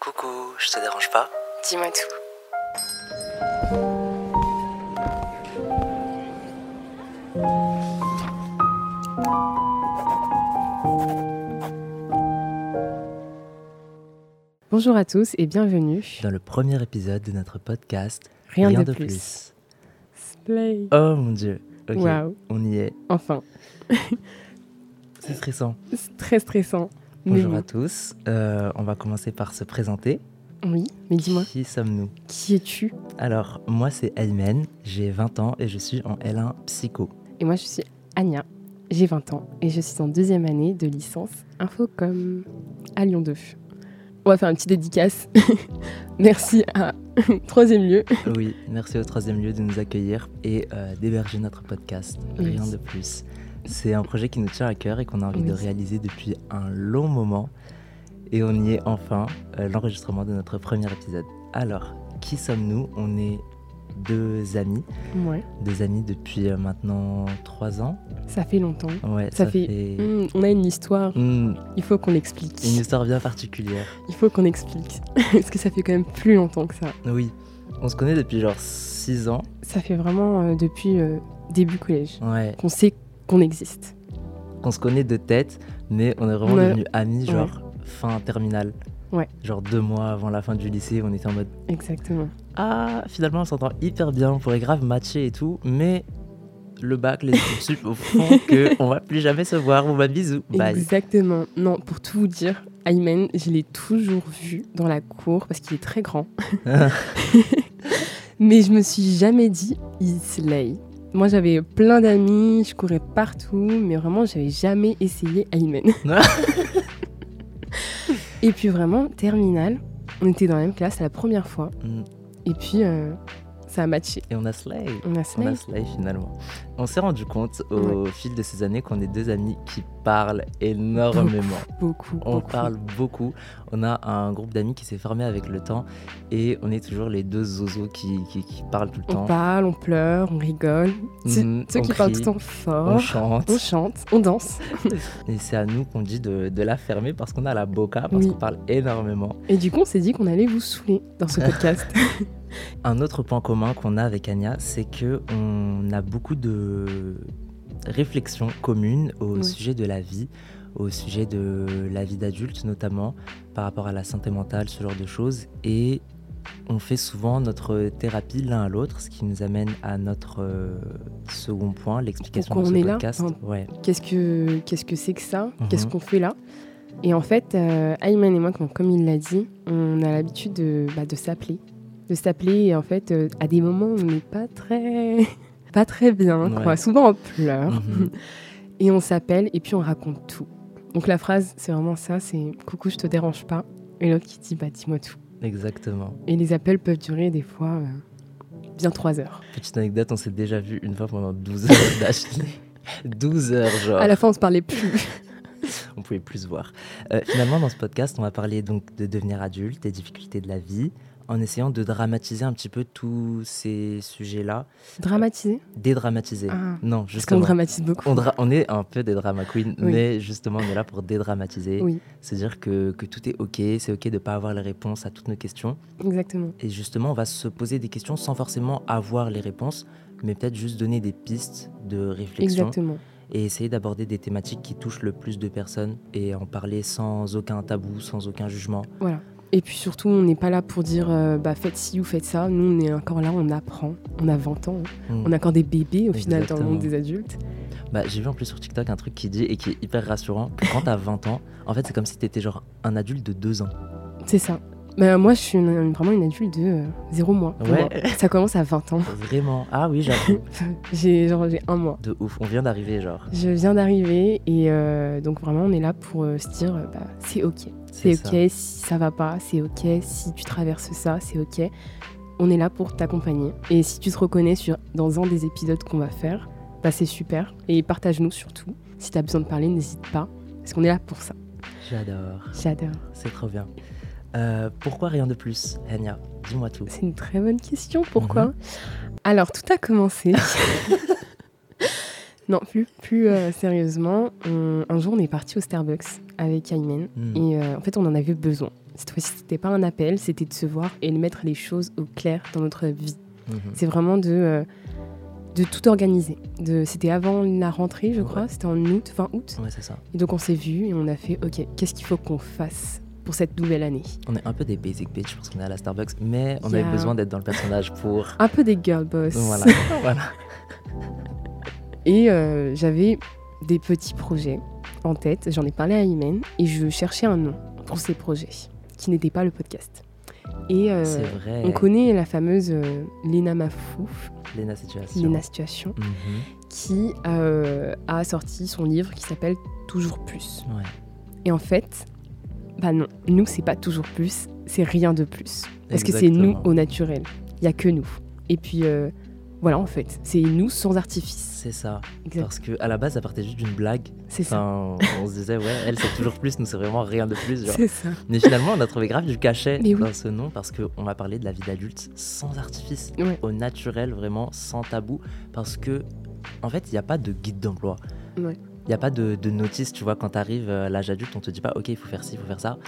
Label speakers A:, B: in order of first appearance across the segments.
A: Coucou, je te dérange pas
B: Dis-moi tout.
C: Bonjour à tous et bienvenue.
A: Dans le premier épisode de notre podcast
C: Rien, de, plus. Slay.
A: Oh mon dieu. Ok,
C: Waouh.
A: on y est.
C: Enfin,
A: C'est stressant.
C: c'est très stressant. Mais
A: Bonjour
C: bon.
A: à tous. Euh, on va commencer par se présenter.
C: Oui, mais dis-moi,
A: Qui sommes-nous
C: qui es-tu
A: Alors, moi c'est Aymen, j'ai 20 ans et je suis en L1 psycho.
C: Et moi, je suis Anya. J'ai 20 ans et je suis en deuxième année de licence Infocom à Lyon 2. On va faire une petite dédicace. Merci à troisième lieu.
A: oui, merci au troisième lieu de nous accueillir et euh, d'héberger notre podcast. Rien
C: Oui.
A: de plus. C'est un projet qui nous tient à cœur et qu'on a envie de
C: Oui.
A: réaliser depuis un long moment. Et on y est enfin, euh, l'enregistrement de notre premier épisode. Alors, qui sommes-nous On est deux amis,
C: Ouais,
A: deux amis depuis euh, maintenant trois ans.
C: ça fait longtemps.
A: Ouais,
C: Ça fait- Hmm, on a une histoire,
A: Hmm,
C: il faut qu'on l'explique.
A: une histoire bien particulière.
C: Il faut qu'on explique. Parce que ça fait quand même plus longtemps que ça.
A: Oui, on se connaît depuis genre 6 ans.
C: Ça fait vraiment euh, depuis euh, début collège
A: Ouais,
C: qu'on sait qu'on existe.
A: on se connaît de tête, mais on est vraiment
C: Ouais.
A: devenus amis genre fin terminale.
C: Ouais.
A: Genre deux mois avant la fin du lycée, on était en mode
C: Exactement.
A: Ah, finalement on s'entend hyper bien, on pourrait grave matcher et tout, mais le bac, les études sup au fond que on va plus jamais se voir. Bon bah bisous, bye.
C: Exactement. Non, pour tout vous dire, Ayman, je l'ai toujours vu dans la cour parce qu'il est très grand. Mais je me suis jamais dit il slay. Moi, j'avais plein d'amis, je courais partout, mais vraiment, j'avais jamais essayé Ayman. Et puis vraiment, terminale, on était dans la même classe la première fois.
A: Mm.
C: Et puis, euh, ça a matché.
A: Et on a slay.
C: On a
A: On
C: slay.
A: a slay finalement. On s'est rendu compte au fil de ces années qu'on est deux amis qui parlent énormément.
C: Beaucoup,
A: On
C: beaucoup.
A: parle beaucoup. On a un groupe d'amis qui s'est formé avec le temps et on est toujours les deux zozos qui, qui, qui parlent tout le temps.
C: On parle, on pleure, on rigole. Ceux,
A: Mhm,
C: ceux
A: on
C: qui parlent tout
A: crie,
C: le temps
A: On
C: fort,
A: chante.
C: on chante, on danse.
A: Et c'est à nous qu'on dit de, de la fermer parce qu'on a la boca, parce
C: Oui.
A: qu'on parle énormément.
C: Et du coup, on s'est dit qu'on allait vous saouler dans ce podcast.
A: Un autre point commun qu'on a avec Anya, c'est que on a beaucoup de réflexions communes au
C: Oui.
A: sujet de la vie, au sujet de la vie d'adulte notamment, par rapport à la santé mentale, ce genre de choses. Et on fait souvent notre thérapie l'un à l'autre, ce qui nous amène à notre euh, second point, l'explication de
C: Pourquoi
A: ce
C: on est là
A: podcast.
C: Enfin,
A: ouais.
C: Qu'est-ce que qu'est-ce que c'est que ça Qu'est-ce
A: Mhm.
C: qu'on fait là Et en fait, euh, Ayman et moi, donc, comme il l'a dit, on a l'habitude de, bah, de s'appeler. De s'appeler et en fait, euh, à des moments où on n'est pas très... pas très bien, quoi.
A: Ouais.
C: Souvent on pleure.
A: Mhm.
C: Et on s'appelle et puis on raconte tout. Donc la phrase, c'est vraiment ça, c'est « Coucou, je te dérange pas ». Et l'autre qui dit « Bah, dis-moi tout
A: Exactement. ».
C: Et les appels peuvent durer des fois euh, bien trois heures.
A: Petite anecdote, on s'est déjà vu une fois pendant 12 heures d'affilée. 12 heures, genre.
C: À la fin, on se parlait plus.
A: on pouvait plus se voir. Euh, finalement, dans ce podcast, on va parler donc de devenir adulte, des difficultés de la vie, en essayant de dramatiser un petit peu tous ces sujets-là,
C: Dramatisé
A: dédramatiser.
C: Ah,
A: non,
C: Parce qu'on
A: justement.
C: dramatise beaucoup.
A: On, dra- on est un peu des drama queens,
C: Oui.
A: mais justement, on est là pour dédramatiser.
C: Oui.
A: C'est-à-dire que, que tout est OK, c'est OK de ne pas avoir les réponses à toutes nos questions.
C: Exactement.
A: Et justement, on va se poser des questions sans forcément avoir les réponses, mais peut-être juste donner des pistes de réflexion
C: Exactement.
A: et essayer d'aborder des thématiques qui touchent le plus de personnes et en parler sans aucun tabou, sans aucun jugement.
C: Et puis surtout, on n'est pas là pour dire euh, bah, faites ci ou faites ça. Nous, on est encore là, on apprend. On a 20 ans. hein.
A: Mm.
C: On est encore des bébés, au final, dans le
A: Exactement.
C: monde des adultes.
A: Bah, J'ai vu en plus sur TikTok un truc qui dit et qui est hyper rassurant que quand t'as 20 ans, en fait, c'est comme si t'étais genre un adulte de 2 ans.
C: C'est ça. Bah, moi, je suis une- une- vraiment une adulte de 0 mois. pour
A: Ouais.
C: moi. Ça commence à 20 ans.
A: Vraiment. Ah oui, j'avoue.
C: J'ai genre j'ai un mois.
A: de ouf. On vient d'arriver, genre.
C: Je viens d'arriver et euh, donc vraiment, on est là pour euh, se dire euh, bah, c'est OK. C'est
A: ça.
C: OK si ça va pas, c'est OK si tu traverses ça, c'est OK. On est là pour t'accompagner. Et si tu te reconnais sur, dans un des épisodes qu'on va faire, bah c'est super. Et partage-nous surtout. Si t'as besoin de parler, n'hésite pas. Parce qu'on est là pour ça.
A: J'adore.
C: J'adore.
A: C'est trop bien. Euh, pourquoi rien de plus, Hania Dis-moi tout.
C: C'est une Mhm. très bonne question. Pourquoi Alors, tout a commencé. Non, plus, plus euh, sérieusement, on- un jour on est parti au Starbucks avec Aymen
A: Hmm.
C: et euh, en fait on en avait besoin. Cette fois-ci, c'était pas un appel, c'était de se voir et de mettre les choses au clair dans notre vie.
A: Mhm.
C: C'est vraiment de, euh, de tout organiser. De, c'était avant la rentrée, je crois, c'était en août, fin août.
A: Ouais, c'est ça.
C: Et donc on s'est vus et on a fait OK, qu'est-ce qu'il faut qu'on fasse pour cette nouvelle année
A: On est un peu des basic bitch parce qu'on est à la Starbucks, mais on
C: Yeah.
A: avait besoin d'être dans le personnage pour.
C: Un peu des girl boss.
A: Donc voilà. voilà.
C: Et euh, j'avais des petits projets en tête. J'en ai parlé à Imen et je cherchais un nom pour ces projets qui n'étaient pas le podcast. Et euh,
A: C'est vrai.
C: on connaît la fameuse euh, Lena Mafouf,
A: Lena Situation.
C: Lena Situation,
A: Mhm.
C: qui euh, a sorti son livre qui s'appelle Toujours plus.
A: Ouais.
C: Et en fait, bah non, nous c'est pas toujours plus, c'est rien de plus. Parce que c'est nous
A: Exactement.
C: au naturel. Il y a que nous. Et puis euh, voilà en fait, c'est nous sans artifice.
A: C'est ça.
C: Exact.
A: Parce que à la base, ça partait juste d'une blague.
C: C'est ça.
A: Enfin, on se disait, ouais, elle, c'est toujours plus, nous, c'est vraiment rien de plus. genre.
C: C'est ça.
A: Mais finalement, on a trouvé grave du cachet
C: Mais oui.
A: dans ce nom parce qu'on va parler de la vie d'adulte sans artifice,
C: Ouais.
A: au naturel, vraiment sans tabou. Parce que, en fait, il n'y a pas de guide d'emploi. Il
C: Ouais.
A: n'y a pas de, de notice, tu vois, quand tu arrives à l'âge adulte, on te dit pas, ok, il faut faire ci, il faut faire ça.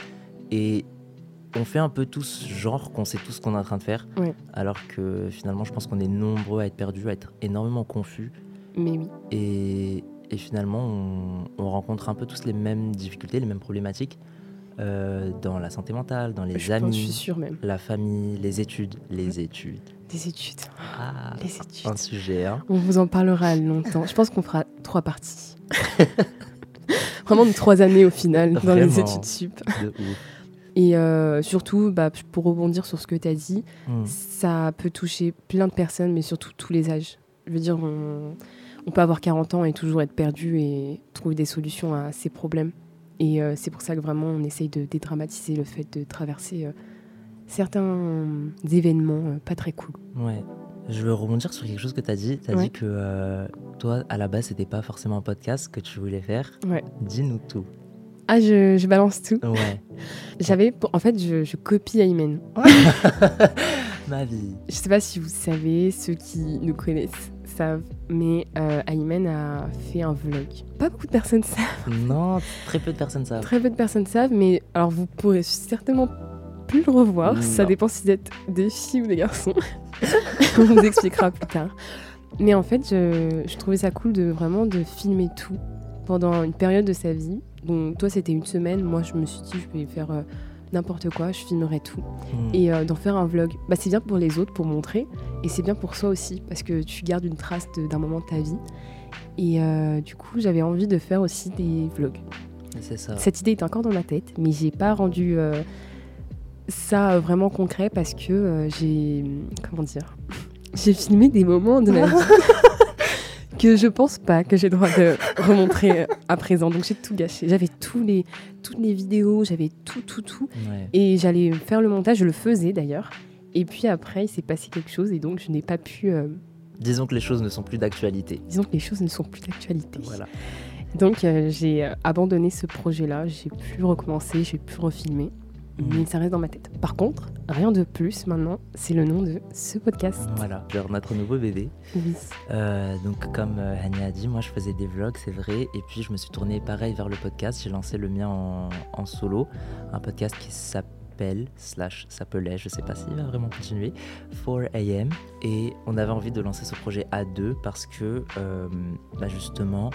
A: Et on fait un peu tous genre qu'on sait tout ce qu'on est en train de faire.
C: Ouais.
A: Alors que finalement, je pense qu'on est nombreux à être perdus, à être énormément confus.
C: Mais oui.
A: Et, et finalement, on, on rencontre un peu tous les mêmes difficultés, les mêmes problématiques euh, dans la santé mentale, dans les
C: je, pense, je suis
A: amis,
C: sûre même.
A: la famille, les études, les études.
C: Des études.
A: Ah,
C: Les études.
A: un sujet, hein.
C: On vous en parlera longtemps. Je pense qu'on fera trois parties. Vraiment de trois années au final dans les
A: Vraiment.
C: études sup.
A: De ouf.
C: Et euh, surtout, bah, pour rebondir sur ce que tu as dit,
A: Hmm.
C: ça peut toucher plein de personnes, mais surtout tous les âges. Je veux dire, on, on peut avoir 40 ans et toujours être perdu et trouver des solutions à ces problèmes. Et euh, c'est pour ça que vraiment, on essaye de dédramatiser le fait de traverser euh, certains événements euh, pas très cool.
A: Ouais. Je veux rebondir sur quelque chose que tu as dit. Tu as
C: Ouais.
A: dit que euh, toi, à la base, c'était pas forcément un podcast que tu voulais faire.
C: Ouais.
A: Dis-nous tout.
C: Ah, je- je balance tout.
A: Ouais.
C: J'avais, en fait, je, je copie Aymen.
A: Ma vie.
C: Je sais pas si vous savez, ceux qui nous connaissent savent, mais euh, Aymen a fait un vlog. Pas beaucoup de personnes savent,
A: Non, très peu de personnes savent.
C: très peu de personnes savent, mais alors vous pourrez certainement plus le revoir. Ça
A: Non.
C: dépend si vous êtes des filles ou des garçons. On vous expliquera plus tard. Mais en fait, je, je trouvais ça cool de vraiment de filmer tout pendant une période de sa vie. Donc toi, c'était une semaine. Moi, je me suis dit, je vais faire euh, n'importe quoi, je filmerai tout.
A: Hmm.
C: et euh, d'en faire un vlog. Bah, c'est bien pour les autres, pour montrer, et c'est bien pour soi aussi, parce que tu gardes une trace de- d'un moment de ta vie. Et euh, du coup, j'avais envie de faire aussi des vlogs.
A: C'est ça.
C: Cette idée est encore dans ma tête, mais j'ai pas rendu euh, ça euh, vraiment concret parce que euh, j'ai. Comment dire J'ai filmé des moments de ma vie que je pense pas que j'ai le droit de remontrer euh, à présent. Donc j'ai tout gâché. J'avais tous les, toutes les vidéos, j'avais tout, tout, tout.
A: Ouais.
C: Et j'allais faire le montage, je le faisais d'ailleurs. Et puis après, il s'est passé quelque chose et donc je n'ai pas pu. euh,
A: Disons que les choses ne sont plus d'actualité.
C: disons que les choses ne sont plus d'actualité.
A: Voilà.
C: Donc euh, j'ai euh, abandonné ce projet-là, j'ai pu recommencer, j'ai pu refilmer,
A: Mmh.
C: mais ça reste dans ma tête. Par contre, rien de plus maintenant, c'est le nom de ce podcast.
A: Voilà, genre notre nouveau bébé.
C: Oui.
A: Euh, donc comme euh, Hania a dit, moi je faisais des vlogs, c'est vrai, et puis je me suis tournée pareil vers le podcast, j'ai lancé le mien en, en solo, un podcast qui s'appelle, slash s'appelait, je sais pas s'il va vraiment continuer, 4am, et on avait envie de lancer ce projet à deux parce que euh, bah justement,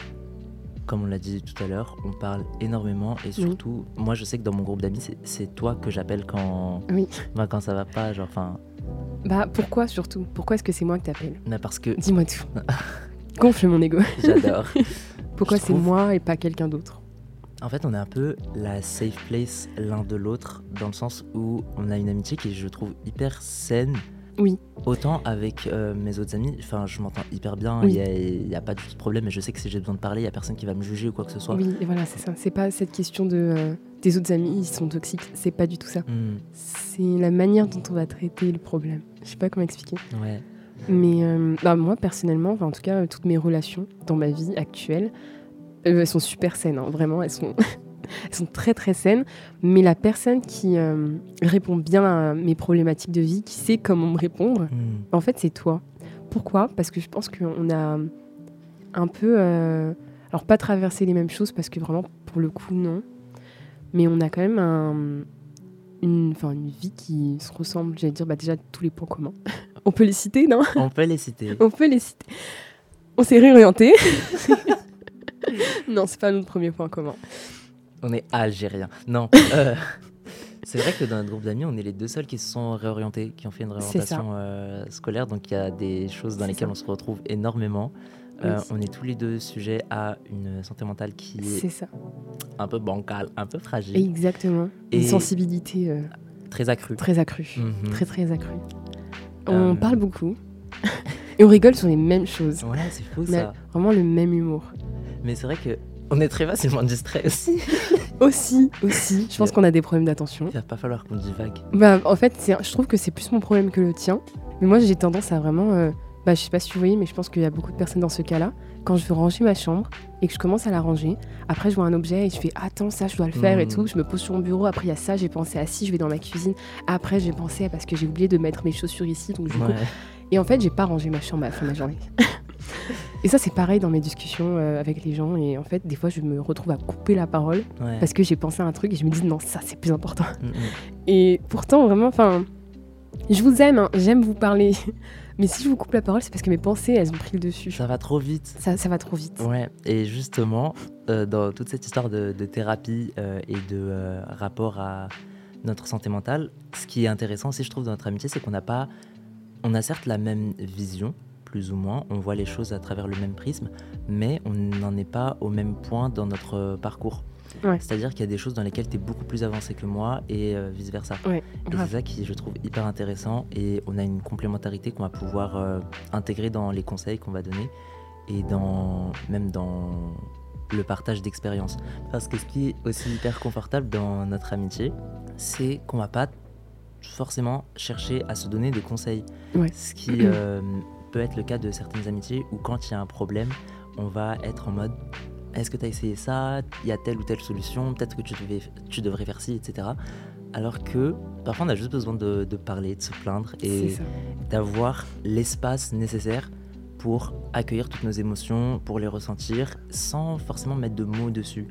A: comme on l'a dit tout à l'heure, on parle énormément et surtout, moi je sais que dans mon groupe d'amis, c'est- c'est toi que j'appelle quand,
C: Oui.
A: bah, quand ça va pas, genre enfin,
C: Bah pourquoi surtout Pourquoi est-ce que c'est moi que t'appelles
A: mais parce que
C: Dis-moi tout. Gonfle mon ego.
A: j'adore.
C: Pourquoi
A: Je
C: c'est
A: trouve-
C: moi et pas quelqu'un d'autre
A: En fait, on est un peu la safe place l'un de l'autre, dans le sens où on a une amitié qui, je trouve, hyper saine.
C: Oui.
A: Autant avec euh, mes autres amis, enfin, je m'entends hyper bien,
C: Oui.
A: il n'y a, pas du tout de problème, et je sais que si j'ai besoin de parler, il n'y a personne qui va me juger ou quoi que ce soit.
C: Oui, et voilà, c'est ça. C'est pas cette question de euh, tes autres amis, ils sont toxiques. C'est pas du tout ça.
A: Hmm,
C: C'est la manière dont on va traiter le problème. Je sais pas comment expliquer.
A: ouais.
C: Mais euh, bah, moi, personnellement, enfin, en tout cas, euh, toutes mes relations dans ma vie actuelle, euh, elles sont super saines. hein, vraiment, elles sont, elles sont très très saines. Mais la personne qui euh, répond bien à mes problématiques de vie, qui sait comment me répondre,
A: Hmm,
C: en fait, c'est toi. Pourquoi Parce que je pense qu'on a un peu, euh, alors pas traverser les mêmes choses parce que vraiment pour le coup non, mais on a quand même un, une, enfin, une vie qui se ressemble, j'allais dire bah, déjà tous les points communs. on peut les citer, non
A: On peut les citer.
C: On peut les citer. On s'est réorienté. non, c'est pas notre premier point commun.
A: On est algérien. Non. euh, c'est vrai que dans notre groupe d'amis, on est les deux seuls qui se sont réorientés, qui ont fait une
C: C'est ça.
A: réorientation euh, scolaire. Donc il y a des choses dans
C: C'est
A: lesquelles
C: ça.
A: on se retrouve énormément. Euh,
C: Oui.
A: on est tous les deux sujets à une santé mentale qui est
C: C'est ça.
A: un peu bancale, un peu fragile,
C: Exactement.
A: Et-
C: Une sensibilité euh,
A: très accrue.
C: très accrue.
A: Mhm.
C: Très très accrue.
A: Euh,
C: On parle beaucoup. Et on rigole sur les mêmes choses.
A: Ouais, c'est fou
C: On a
A: ça.
C: vraiment le même humour.
A: Mais c'est vrai que on est très facilement distrait aussi.
C: Aussi, aussi. Je pense qu'on a des problèmes d'attention.
A: Il va pas falloir qu'on divague.
C: Bah, en fait, c'est- je trouve que c'est plus mon problème que le tien. Mais moi, j'ai tendance à vraiment. euh, bah, je sais pas si vous voyez, mais je pense qu'il y a beaucoup de personnes dans ce cas-là. Quand je veux ranger ma chambre et que je commence à la ranger, après, je vois un objet et je fais Attends, ça, je dois le faire et
A: Mhm.
C: tout. Je me pose sur mon bureau. Après, il y a ça, j'ai pensé à si, je vais dans ma cuisine. Après, j'ai pensé à parce que j'ai oublié de mettre mes chaussures ici. Donc, du coup-
A: Ouais.
C: Et en fait, j'ai pas rangé ma chambre à la fin de la journée. et ça, c'est pareil dans mes discussions euh, avec les gens. Et en fait, des fois, je me retrouve à couper la parole
A: ouais.
C: parce que j'ai pensé à un truc et je me dis Non, ça, c'est plus important.
A: Mm, mm.
C: Et pourtant, vraiment, enfin, je vous aime, hein, j'aime vous parler. Mais si je vous coupe la parole, c'est parce que mes pensées, elles ont pris le dessus.
A: Ça va trop vite.
C: Ça, ça va trop vite.
A: Ouais, et justement, euh, dans toute cette histoire de, de thérapie euh, et de euh, rapport à notre santé mentale, ce qui est intéressant aussi, je trouve, dans notre amitié, c'est qu'on n'a pas. On a certes la même vision, plus ou moins, on voit les choses à travers le même prisme, mais on n'en est pas au même point dans notre euh, parcours.
C: Ouais.
A: C'est-à-dire qu'il y a des choses dans lesquelles tu es beaucoup plus avancé que moi et euh, vice-versa.
C: Ouais,
A: et
C: grave.
A: c'est ça qui, je trouve, hyper intéressant. Et on a une complémentarité qu'on va pouvoir euh, intégrer dans les conseils qu'on va donner et dans, même dans le partage d'expériences. Parce que ce qui est aussi hyper confortable dans notre amitié, c'est qu'on va pas forcément chercher à se donner des conseils.
C: Ouais.
A: Ce qui euh, peut être le cas de certaines amitiés où quand il y a un problème, on va être en mode est-ce que tu as essayé ça Il y a telle ou telle solution Peut-être que tu, devais, tu devrais faire ci, etc. Alors que parfois on a juste besoin de, de parler, de se plaindre
C: C'est
A: et
C: ça.
A: d'avoir l'espace nécessaire pour accueillir toutes nos émotions, pour les ressentir, sans forcément mettre de mots dessus.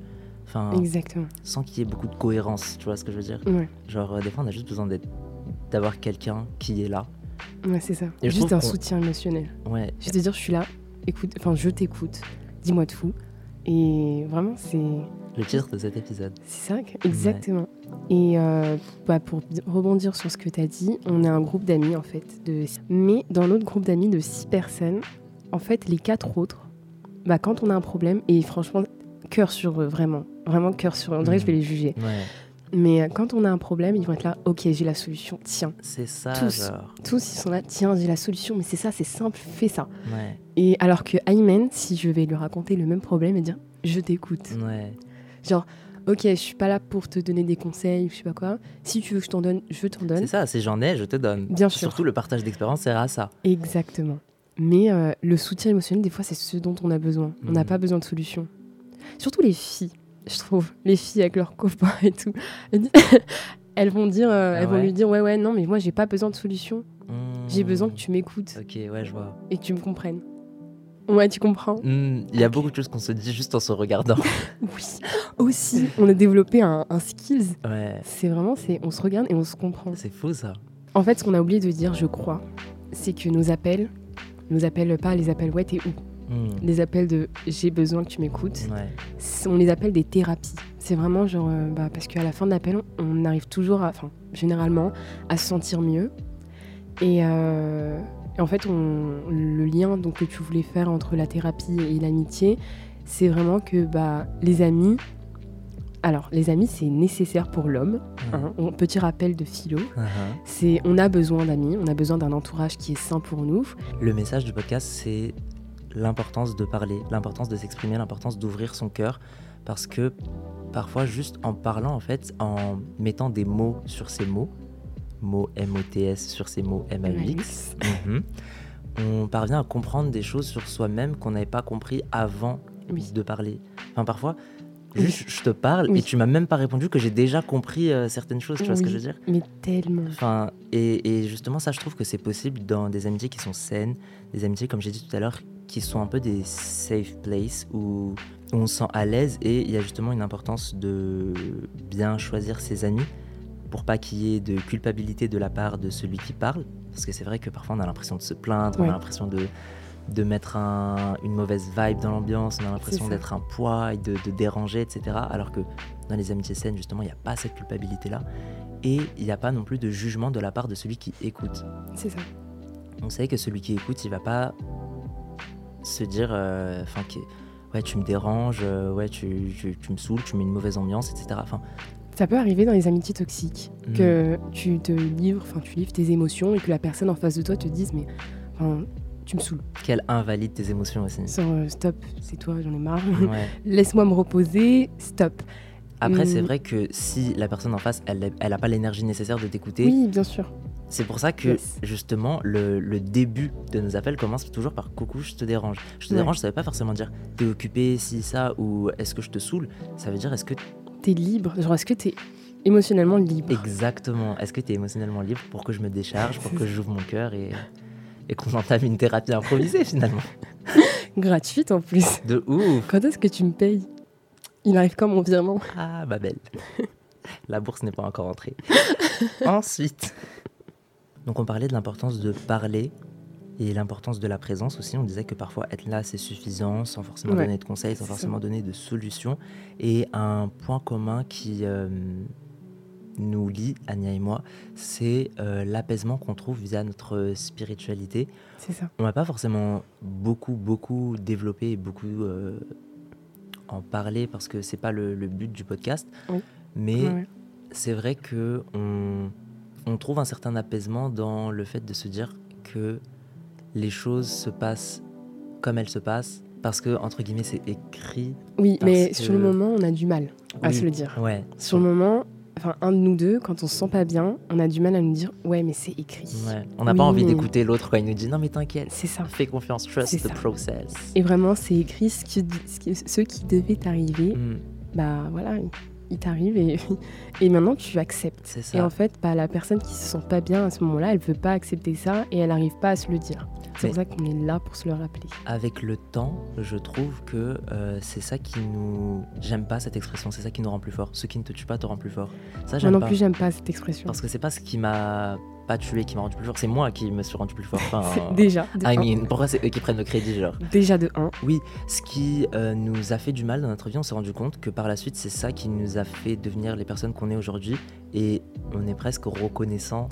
A: Enfin,
C: Exactement.
A: sans qu'il y ait beaucoup de cohérence, tu vois ce que je veux dire
C: Ouais,
A: Genre, euh, des fois, on a juste besoin d'être, d'avoir quelqu'un qui est là.
C: ouais c'est ça.
A: Et je
C: Juste
A: trouve
C: un
A: qu'on-
C: soutien émotionnel.
A: Ouais,
C: Juste de dire, je suis là, écoute, enfin, je t'écoute, dis-moi tout. Et vraiment, c'est.
A: le titre de cet épisode.
C: C'est ça, que- exactement. Et euh, bah, pour bi- rebondir sur ce que tu as dit, on a un groupe d'amis en fait. De... Mais dans l'autre groupe d'amis de six personnes, en fait, les quatre autres, bah, quand on a un problème, et franchement, cœur sur eux, vraiment, vraiment cœur sur eux, on dirait que je vais les juger.
A: Ouais,
C: Mais euh, quand on a un problème, ils vont être là, ok, j'ai la solution, tiens.
A: c'est ça,
C: Tous.
A: genre.
C: Tous, ils sont là, tiens, j'ai la solution, mais c'est ça, c'est simple, fais ça.
A: Ouais,
C: Et alors que Ayman, si je vais lui raconter le même problème, elle dire, je t'écoute.
A: ouais.
C: Ok, je suis pas là pour te donner des conseils, je sais pas quoi. Si tu veux que je t'en donne, je t'en donne.
A: C'est ça, si j'en ai, je te donne.
C: Bien sûr.
A: Surtout, le partage d'expérience sert à ça.
C: Exactement. Mais euh, le soutien émotionnel, des fois, c'est ce dont on a besoin. On n'a
A: Mhm.
C: pas besoin de solution. Surtout les filles, je trouve. Les filles avec leurs copains et tout. Elles di- elles vont dire, euh,
A: Ah
C: elles vont
A: ouais
C: lui dire, ouais, ouais, non, mais moi, j'ai pas besoin de solution. J'ai
A: Mmh.
C: besoin que tu m'écoutes
A: Ok, ouais, je vois.
C: et que tu me comprennes. Ouais, tu comprends.
A: Mmh, Il y a beaucoup de choses qu'on se dit juste en se regardant.
C: Oui. Aussi, on a développé un, un skills.
A: ouais,
C: C'est vraiment, c'est, on se regarde et on se comprend.
A: c'est fou ça.
C: En fait, ce qu'on a oublié de dire, je crois, c'est que nos appels, nos appels pas les appels ouais t'es où,
A: Mmh.
C: les appels de j'ai besoin que tu m'écoutes,
A: Ouais,
C: c'est- on les appelle des thérapies. C'est vraiment genre euh, bah, parce qu'à la fin de l'appel, on arrive toujours, à, enfin généralement, à se sentir mieux. Et, euh, et en fait, on- le lien donc que tu voulais faire entre la thérapie et l'amitié, c'est vraiment que bah les amis, alors les amis c'est nécessaire pour l'homme. hein. On- Petit rappel de philo.
A: Uh-huh.
C: C'est on a besoin d'amis, on a besoin d'un entourage qui est sain pour nous.
A: Le message du podcast, c'est l'importance de parler, l'importance de s'exprimer, l'importance d'ouvrir son cœur, parce que parfois, juste en parlant, en fait, en mettant des mots sur ces mots, mots M-O-T-S sur ces mots M-A-U-X, mhm, on parvient à comprendre des choses sur soi-même qu'on n'avait pas compris avant
C: Oui.
A: de parler. Enfin, parfois,
C: Oui.
A: juste, je te parle
C: Oui.
A: et tu m'as même pas répondu que j'ai déjà compris euh, certaines choses, tu vois ce que
C: Oui.
A: je veux dire
C: Mais tellement.
A: Enfin, et, et justement, ça, je trouve que c'est possible dans des amitiés qui sont saines, des amitiés, comme j'ai dit tout à l'heure, qui sont un peu des safe places où on se sent à l'aise et il y a justement une importance de bien choisir ses amis pour pas qu'il y ait de culpabilité de la part de celui qui parle. Parce que c'est vrai que parfois on a l'impression de se plaindre, on
C: Ouais.
A: a l'impression de, de mettre un- une mauvaise vibe dans l'ambiance, on a l'impression
C: ça.
A: d'être un poids et de, de déranger, etc. Alors que dans les amitiés saines, justement, il n'y a pas cette culpabilité-là. Et il n'y a pas non plus de jugement de la part de celui qui écoute
C: C'est ça.
A: on sait que celui qui écoute, il va pas se dire, euh, enfin, que- ouais, tu me déranges, euh, ouais, tu, tu- tu me saoules, tu mets une mauvaise ambiance, etc. Enfin,
C: Ça peut arriver dans les amitiés toxiques,
A: Mm.
C: que tu te livres, enfin tu livres tes émotions et que la personne en face de toi te dise mais enfin, tu me saoules.
A: qu'elle invalide tes émotions aussi.
C: Sans, euh, stop, c'est toi, j'en ai marre.
A: Ouais.
C: Laisse-moi me reposer, stop.
A: Après,
C: Mm.
A: c'est vrai que si la personne en face, elle elle a pas l'énergie nécessaire de t'écouter,
C: Oui, bien sûr.
A: c'est pour ça que
C: Yes.
A: justement le, le début de nos appels commence toujours par coucou, je te dérange. Je te
C: Ouais.
A: dérange, ça veut pas forcément dire t'es occupé, si, ça, ou est-ce que je te saoule. Ça veut dire est-ce que
C: T'es libre. Genre, est-ce que t'es émotionnellement libre
A: Exactement. Est-ce que tu es émotionnellement libre pour que je me décharge, pour que j'ouvre mon cœur et, et qu'on entame une thérapie improvisée finalement
C: Gratuite en plus.
A: De ouf
C: Quand est-ce que tu me payes Il arrive quand mon virement
A: Ah, ma belle La bourse n'est pas encore entrée. Ensuite Donc on parlait de l'importance de parler et l'importance de la présence aussi. On disait que parfois être là c'est suffisant sans forcément
C: Ouais,
A: donner de conseils, sans
C: c'est ça.
A: forcément donner de solutions. Et un point commun qui euh, nous lie, Ania et moi, c'est euh, l'apaisement qu'on trouve via notre spiritualité.
C: C'est ça.
A: On n'a pas forcément beaucoup, beaucoup développé et beaucoup euh, en parler parce que c'est pas le, le but du podcast.
C: Oui.
A: Mais
C: Ouais, ouais.
A: c'est vrai que on, on trouve un certain apaisement dans le fait de se dire que les choses se passent comme elles se passent parce que entre guillemets c'est écrit.
C: Oui,
A: Parce
C: mais
A: que-
C: sur le moment, on a du mal à
A: Oui.
C: se Ah, le dire.
A: Ouais.
C: Sur le moment, enfin, un de nous deux, quand on se sent pas bien, on a du mal à nous dire Ouais, mais c'est écrit.
A: Ouais. On n'a
C: Oui,
A: pas envie
C: mais-
A: d'écouter l'autre quand il nous dit non mais t'inquiète,
C: C'est ça.
A: fais confiance,
C: C'est
A: trust the
C: ça.
A: process.
C: Et vraiment, c'est écrit ce qui, ce qui- ce qui devait t'arriver.
A: Mm,
C: Bah voilà, il, il t'arrive et, et maintenant tu acceptes.
A: c'est
C: Et
A: ça.
C: en fait, bah, la personne qui se sent pas bien à ce moment-là, elle veut pas accepter ça et elle n'arrive pas à se le dire. C'est
A: Mais-
C: pour ça qu'on est là pour se le rappeler.
A: Avec le temps, je trouve que euh, c'est ça qui nous. J'aime pas cette expression, c'est ça qui nous rend plus fort. Ce qui ne te tue pas te rend plus fort. Ça
C: Moi
A: j'aime
C: non
A: pas.
C: plus, j'aime pas cette expression.
A: Parce que c'est pas ce qui m'a pas tué qui m'a rendu plus fort, c'est moi qui me suis rendu plus fort. Enfin,
C: C'est Déjà, de
A: oh, I
C: un.
A: mean, pourquoi c'est eux qui prennent le crédit, genre
C: Déjà de 1.
A: Ce qui euh, nous a fait du mal dans notre vie, on s'est rendu compte que par la suite, c'est ça qui nous a fait devenir les personnes qu'on est aujourd'hui. Et on est presque reconnaissant.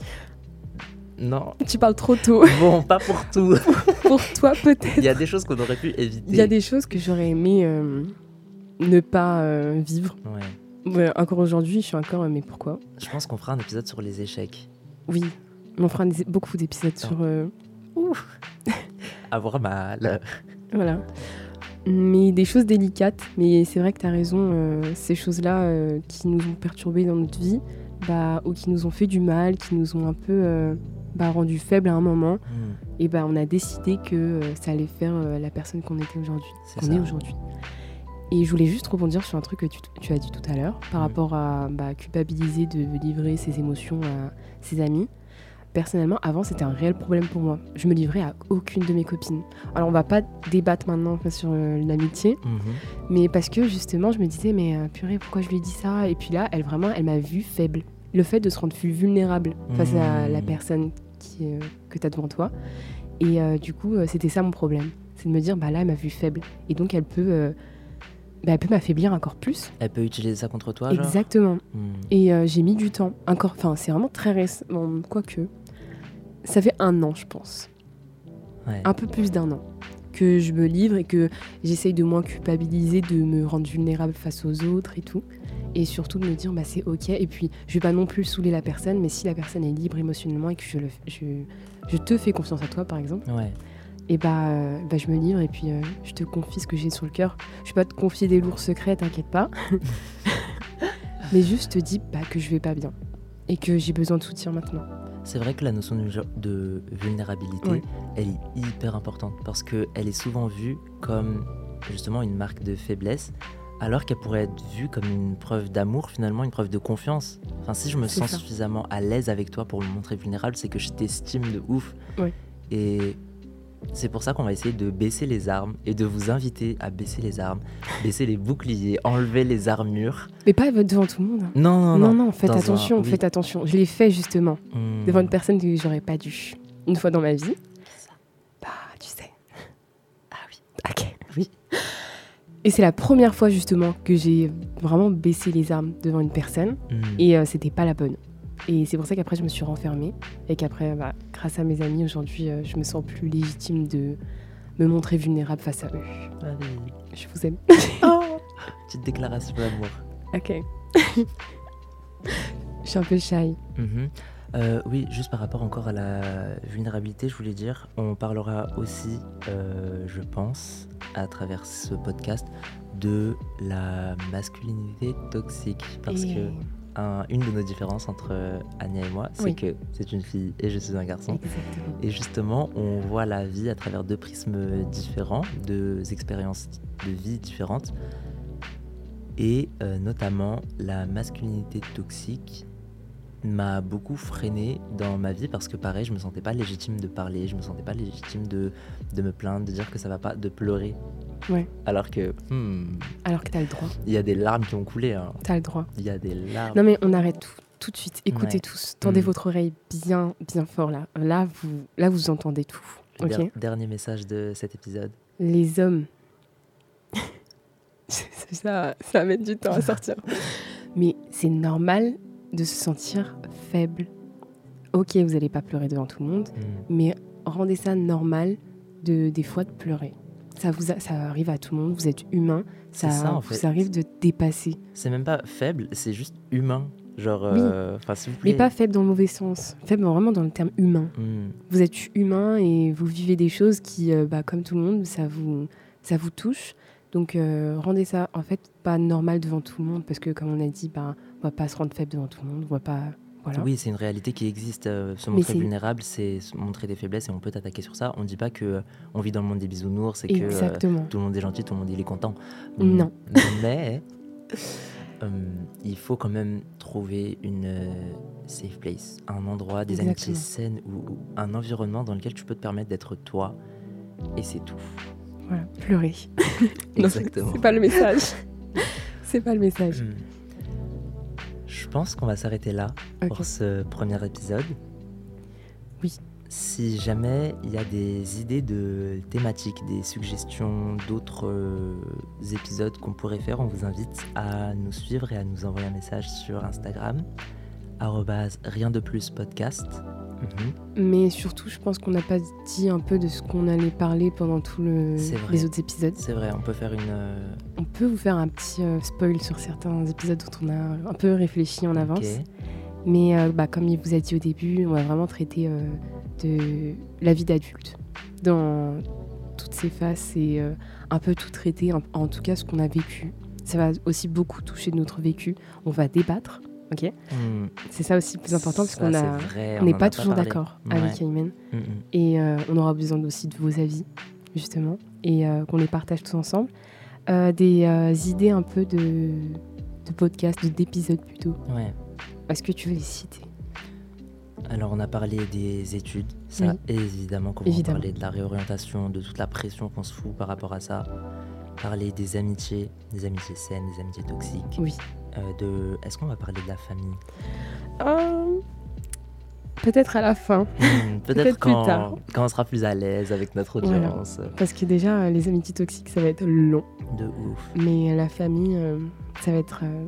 A: Non.
C: Tu parles trop tôt.
A: Bon, pas pour tout.
C: Pour toi, peut-être.
A: Il y a des choses qu'on aurait pu éviter.
C: Il y a des choses que j'aurais aimé euh, ne pas euh, vivre.
A: Ouais.
C: Ouais, encore aujourd'hui, je suis encore, euh, mais pourquoi
A: Je pense qu'on fera un épisode sur les échecs.
C: Oui, on fera des- beaucoup d'épisodes
A: Non.
C: sur. euh,
A: Avoir mal.
C: voilà. Mais des choses délicates. Mais c'est vrai que tu as raison, euh, ces choses-là euh, qui nous ont perturbés dans notre vie, bah, ou qui nous ont fait du mal, qui nous ont un peu euh, bah, rendu faibles à un moment,
A: Hmm,
C: et bah, on a décidé que euh, ça allait faire euh, la personne qu'on était aujourd'hui.
A: c'est
C: qu'on
A: ça.
C: est aujourd'hui. Et je voulais juste rebondir sur un truc que tu, tu as dit tout à l'heure par
A: Mhm.
C: rapport à bah, culpabiliser de livrer ses émotions à ses amis. Personnellement, avant, c'était un réel problème pour moi. Je me livrais à aucune de mes copines. Alors, on va pas débattre maintenant enfin, sur euh, l'amitié,
A: Mhm.
C: mais parce que justement, je me disais, mais euh, purée, pourquoi je lui ai dit ça Et puis là, elle vraiment, elle m'a vue faible. Le fait de se rendre plus vulnérable face à
A: Mhm.
C: la personne qui, euh, que tu as devant toi. Et euh, du coup, euh, c'était ça mon problème. C'est de me dire, bah là, elle m'a vue faible. Et donc, elle peut, euh, bah, elle peut m'affaiblir encore plus.
A: Elle peut utiliser ça contre toi, genre
C: Exactement.
A: Hmm.
C: Et euh, j'ai mis du temps. Encore, enfin, c'est vraiment très récent. Bon, Quoique, ça fait un an, je pense.
A: Ouais.
C: Un peu plus d'un an que je me livre et que j'essaye de moins culpabiliser, de me rendre vulnérable face aux autres et tout. Et surtout de me dire, bah, c'est ok. Et puis, je vais pas non plus saouler la personne, mais si la personne est libre émotionnellement et que je, le, je, je te fais confiance à toi, par exemple,
A: Ouais.
C: et bah, euh, bah, je me livre et puis euh, je te confie ce que j'ai sur le cœur. Je vais pas te confier des lourds secrets, t'inquiète pas. mais juste te dis bah, que je vais pas bien et que j'ai besoin de soutien maintenant.
A: C'est vrai que la notion de, ju- de vulnérabilité,
C: Oui.
A: elle est hyper importante parce qu'elle est souvent vue comme justement une marque de faiblesse, alors qu'elle pourrait être vue comme une preuve d'amour, finalement une preuve de confiance. Enfin, si je me
C: C'est
A: sens
C: ça.
A: suffisamment à l'aise avec toi pour me montrer vulnérable, c'est que je t'estime de ouf.
C: Oui.
A: Et C'est pour ça qu'on va essayer de baisser les armes et de vous inviter à baisser les armes, baisser les boucliers, enlever les armures.
C: Mais pas devant tout le monde. hein.
A: Non, non, non.
C: non, faites
A: Dans un-
C: attention,
A: oui.
C: faites attention. Je l'ai fait justement
A: Hmm.
C: devant une personne que j'aurais pas dû. Une fois dans ma vie. Bah, tu sais.
A: Ah oui.
C: Ok.
A: Oui.
C: Et c'est la première fois justement que j'ai vraiment baissé les armes devant une personne
A: Hmm.
C: et euh, c'était pas la bonne. Et c'est pour ça qu'après je me suis renfermée et qu'après, bah, grâce à mes amis aujourd'hui, euh, je me sens plus légitime de me montrer vulnérable face à eux.
A: Allez.
C: Je vous aime.
A: Ah. Petite déclaration d'amour.
C: Ok. je suis un peu shy.
A: Mhm. Euh, oui, juste par rapport encore à la vulnérabilité, je voulais dire, on parlera aussi, euh, je pense, à travers ce podcast, de la masculinité toxique. Parce
C: Et- euh,
A: que un- une de nos différences entre euh, Anya et moi, c'est
C: Oui.
A: que c'est une fille et je suis un garçon.
C: Exactement.
A: Et justement, on voit la vie à travers deux prismes différents, deux expériences de vie différentes, et euh, notamment la masculinité toxique m'a beaucoup freiné dans ma vie parce que pareil, je me sentais pas légitime de parler, je me sentais pas légitime de, de me plaindre, de dire que ça va pas, de pleurer.
C: Ouais.
A: Alors que, hmm,
C: Alors que t'as le droit.
A: il y a des larmes qui ont coulé, hein.
C: T'as le droit.
A: il y a des larmes.
C: Non mais on arrête tout tout de suite. Écoutez
A: Ouais.
C: tous. Tendez
A: Mm.
C: votre oreille bien bien fort là. Là vous là vous entendez tout.
A: Le
C: Ok.
A: der- Dernier message de cet épisode.
C: Les hommes. ça ça va mettre du temps à sortir. mais c'est normal de se sentir faible. Ok vous allez pas pleurer devant tout le monde,
A: Hmm.
C: mais rendez ça normal de des fois de pleurer. Ça vous a- ça arrive à tout le monde. Vous êtes humain. Ça,
A: C'est ça en fait.
C: vous arrive de dépasser.
A: C'est même pas faible, c'est juste humain. Genre,
C: Oui.
A: euh, enfin, s'il vous plaît.
C: Mais pas faible dans le mauvais sens. Faible vraiment dans le terme humain.
A: Hmm,
C: vous êtes humain et vous vivez des choses qui, euh, bah, comme tout le monde, ça vous, ça vous touche. Donc euh, rendez ça en fait pas normal devant tout le monde parce que comme on a dit, bah, on va pas se rendre faible devant tout le monde, on va pas, voilà.
A: Oui, c'est une réalité qui existe. euh, se
C: Mais
A: montrer
C: c'est-
A: vulnérable, c'est se montrer des faiblesses et on peut t'attaquer sur ça. On dit pas que euh, on vit dans le monde des bisounours et que euh,
C: Exactement.
A: tout le monde est gentil, tout le monde il est content.
C: Non.
A: Mm, Mais euh, il faut quand même trouver une euh, safe place, un endroit, des amitiés
C: Exactement.
A: saines ou, ou un environnement dans lequel tu peux te permettre d'être toi. Et c'est tout.
C: Voilà, pleurer. Non, c'est-
A: Exactement.
C: C'est pas le message. c'est pas le message.
A: Mm. Je pense qu'on va s'arrêter là.
C: Ok.
A: pour ce premier épisode.
C: Oui.
A: Si jamais il y a des idées de thématiques, des suggestions d'autres euh, épisodes qu'on pourrait faire, on vous invite à nous suivre et à nous envoyer un message sur Instagram, arrobase rien de plus podcast. Mhm.
C: Mais surtout, je pense qu'on n'a pas dit un peu de ce qu'on allait parler pendant tous le,
A: C'est vrai.
C: les autres épisodes.
A: C'est vrai, on peut faire une... euh,
C: On peut vous faire un petit euh, spoil sur certains épisodes dont on a un peu réfléchi en avance.
A: ok.
C: Mais euh, bah, comme il vous a dit au début, on va vraiment traiter euh, de la vie d'adulte dans toutes ses faces et euh, un peu tout traiter, en, en tout cas ce qu'on a vécu. Ça va aussi beaucoup toucher de notre vécu. On va débattre, ok
A: Hmm,
C: C'est ça aussi le plus important parce
A: ça,
C: qu'on
A: c'est
C: a-
A: vrai,
C: on n'est
A: en a
C: pas toujours
A: parlé.
C: d'accord
A: Ouais.
C: avec Ayman
A: Mm, mm.
C: et euh, on aura besoin aussi de vos avis, justement, et euh, qu'on les partage tous ensemble. Euh, des euh, idées un peu de, de podcasts, de- d'épisodes plutôt.
A: Ouais.
C: Est-ce que tu veux les citer
A: Alors, on a parlé des études, ça
C: Oui.
A: évidemment, qu'on va en
C: Évidemment.
A: parler de la réorientation, de toute la pression qu'on se fout par rapport à ça. Parler des amitiés, des amitiés saines, des amitiés toxiques.
C: Oui.
A: Euh, de... Est-ce qu'on va parler de la famille
C: Euh, Peut-être à la fin,
A: Hmm,
C: Peut-être plus
A: Peut-être quand,
C: tard.
A: quand on sera plus à l'aise avec notre
C: Voilà.
A: audience.
C: parce que déjà, euh, les amitiés toxiques, ça va être long.
A: De ouf.
C: Mais la famille, euh, ça va être... euh,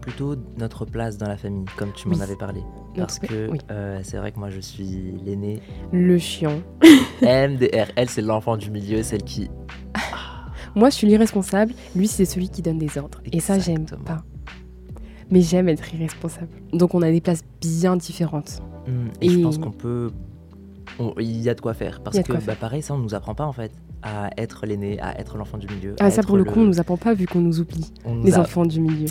A: Plutôt notre place dans la famille, comme tu m'en
C: Oui.
A: avais parlé. Parce
C: notre-
A: que
C: oui.
A: euh, c'est vrai que moi, je suis l'aîné.
C: Le chiant.
A: MDR, elle, c'est l'enfant du milieu, celle qui
C: Moi, je suis l'irresponsable, lui, c'est celui qui donne des ordres. Et ça, j'aime
A: Exactement.
C: pas. Mais j'aime être irresponsable. Donc, on a des places bien différentes.
A: Mm, et, je
C: Et-
A: pense qu'on peut. on- Il y a de quoi faire. Parce
C: Il y a de
A: que,
C: quoi faire.
A: bah, pareil, ça, on nous apprend pas, en fait, à être l'aîné, à être l'enfant du milieu. à
C: Ah, ça,
A: être
C: pour le coup, on nous apprend pas vu qu'on nous oublie.
A: on nous
C: Les
A: a- Ah.
C: enfants du milieu.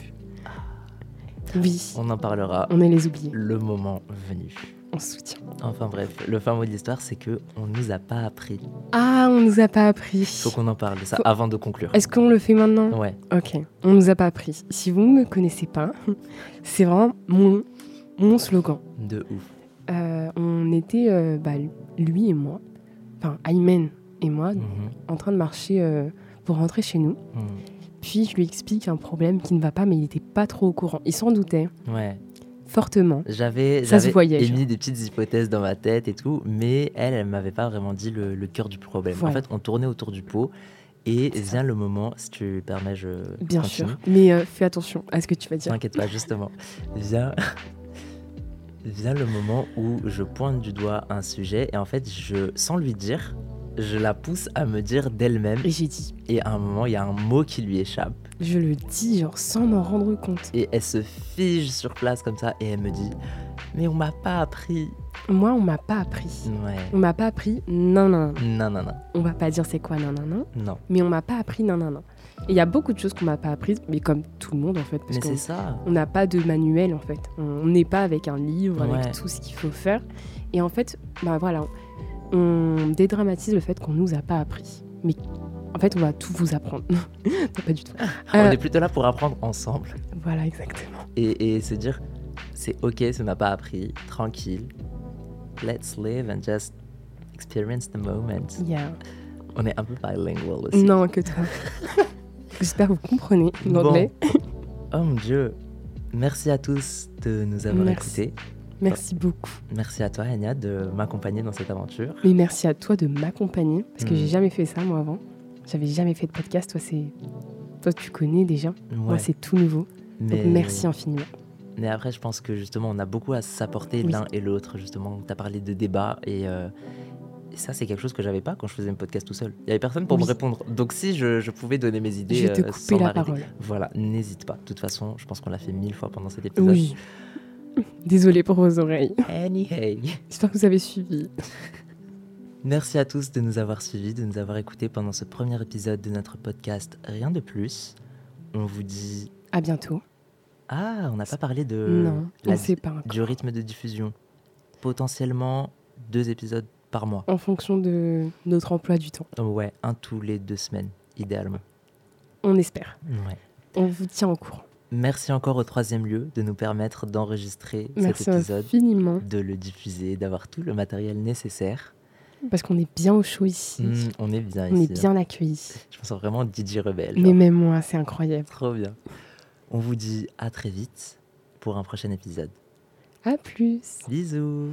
C: Oui,
A: On en parlera
C: on est les oubliés.
A: le moment venu.
C: On se soutient.
A: Enfin bref, le fin mot de l'histoire, c'est que on nous a pas appris.
C: Ah, on nous a pas appris.
A: Faut qu'on en parle de ça
C: Faut-
A: avant de conclure.
C: Est-ce qu'on le fait maintenant
A: Ouais,
C: Ok, on nous a pas appris. Si vous ne me connaissez pas, c'est vraiment mon, mon slogan.
A: de ouf.
C: Euh, on était, euh, bah, lui et moi, enfin Aymen et moi,
A: Mhm.
C: en train de marcher euh, pour rentrer chez nous.
A: Mhm.
C: Puis je lui explique un problème qui ne va pas, mais il n'était pas trop au courant. Il s'en doutait
A: Ouais.
C: fortement.
A: J'avais
C: Ça se
A: j'avais
C: voyait,
A: émis des petites hypothèses dans ma tête et tout, mais elle, elle m'avait pas vraiment dit le, le cœur du problème. En
C: Voilà.
A: fait, on tournait autour du pot et
C: C'est ça.
A: vient le moment, si tu permets, je.
C: Bien
A: continue.
C: sûr. Mais euh, fais attention à ce que tu vas dire.
A: T'inquiète pas, justement. Vient, vient le moment où je pointe du doigt un sujet et en fait, je, sans lui dire, je la pousse à me dire d'elle-même.
C: Et j'ai dit,
A: Et à un moment, il y a un mot qui lui échappe
C: je le dis genre sans m'en rendre compte.
A: et elle se fige sur place comme ça et elle me dit Mais on m'a pas appris.
C: Moi, on m'a pas appris.
A: Ouais.
C: On m'a pas appris non non non.
A: Non, non, non.
C: On va pas dire c'est quoi non non non.
A: Non.
C: Mais on m'a pas appris non non non. Et il y a beaucoup de choses qu'on m'a pas apprises, mais comme tout le monde en fait, parce
A: Mais
C: qu'on
A: c'est ça.
C: on n'a pas de manuel en fait. On n'est pas avec un livre,
A: Ouais.
C: avec tout ce qu'il faut faire. Et en fait, bah voilà, on dédramatise le fait qu'on nous a pas appris. Mais en fait, on va tout vous apprendre. non, pas du tout. Euh,
A: Ah, On est plutôt là pour apprendre ensemble
C: Voilà, exactement.
A: et, et se dire c'est ok si on n'a pas appris, tranquille. Let's live and just experience the moment.
C: Yeah.
A: On est un peu bilingual aussi.
C: Non, que toi. J'espère que vous comprenez l'anglais.
A: Oh mon dieu. Merci à tous de nous avoir
C: Merci.
A: écoutés.
C: Merci beaucoup.
A: Merci à toi, Anya, de m'accompagner dans cette aventure.
C: Mais merci à toi de m'accompagner, parce que
A: Mm.
C: j'ai jamais fait ça moi avant. J'avais jamais fait de podcast. Toi, c'est. Toi, tu connais déjà. Moi,
A: Ouais,
C: c'est tout nouveau.
A: mais-
C: Donc, merci infiniment.
A: Mais après, je pense que justement, on a beaucoup à s'apporter
C: Oui.
A: l'un et l'autre. Justement, tu as parlé de débat et, euh, et ça, c'est quelque chose que j'avais pas quand je faisais mon podcast tout seul. Il y avait personne pour me
C: Oui.
A: répondre. Donc, si je, je pouvais donner mes idées,
C: Je vais te
A: euh, sans
C: couper la
A: m'arrêter.
C: parole.
A: Voilà, n'hésite pas. De toute façon, je pense qu'on l'a fait mille fois pendant cet épisode.
C: Oui. Désolée pour vos oreilles.
A: Anyhow.
C: J'espère que vous avez suivi.
A: Merci à tous de nous avoir suivis, de nous avoir écoutés pendant ce premier épisode de notre podcast Rien de plus. On vous dit.
C: À bientôt.
A: Ah, on n'a pas parlé de.
C: non, on
A: la-
C: sait pas encore.
A: du rythme de diffusion. Potentiellement deux épisodes par mois.
C: En fonction de notre emploi du temps.
A: Oh Ouais, un tous les deux semaines, idéalement.
C: On espère.
A: Ouais.
C: On vous tient au courant.
A: Merci encore au troisième lieu de nous permettre d'enregistrer cet
C: Merci
A: épisode,
C: infiniment.
A: de le diffuser, d'avoir tout le matériel nécessaire.
C: Parce qu'on est bien au chaud ici.
A: Mm, on est bien
C: on
A: ici.
C: est bien accueillis.
A: Je me sens vraiment DJ Rebelle.
C: Mais
A: genre.
C: même moi, c'est incroyable.
A: Trop bien. On vous dit à très vite pour un prochain épisode.
C: À plus.
A: Bisous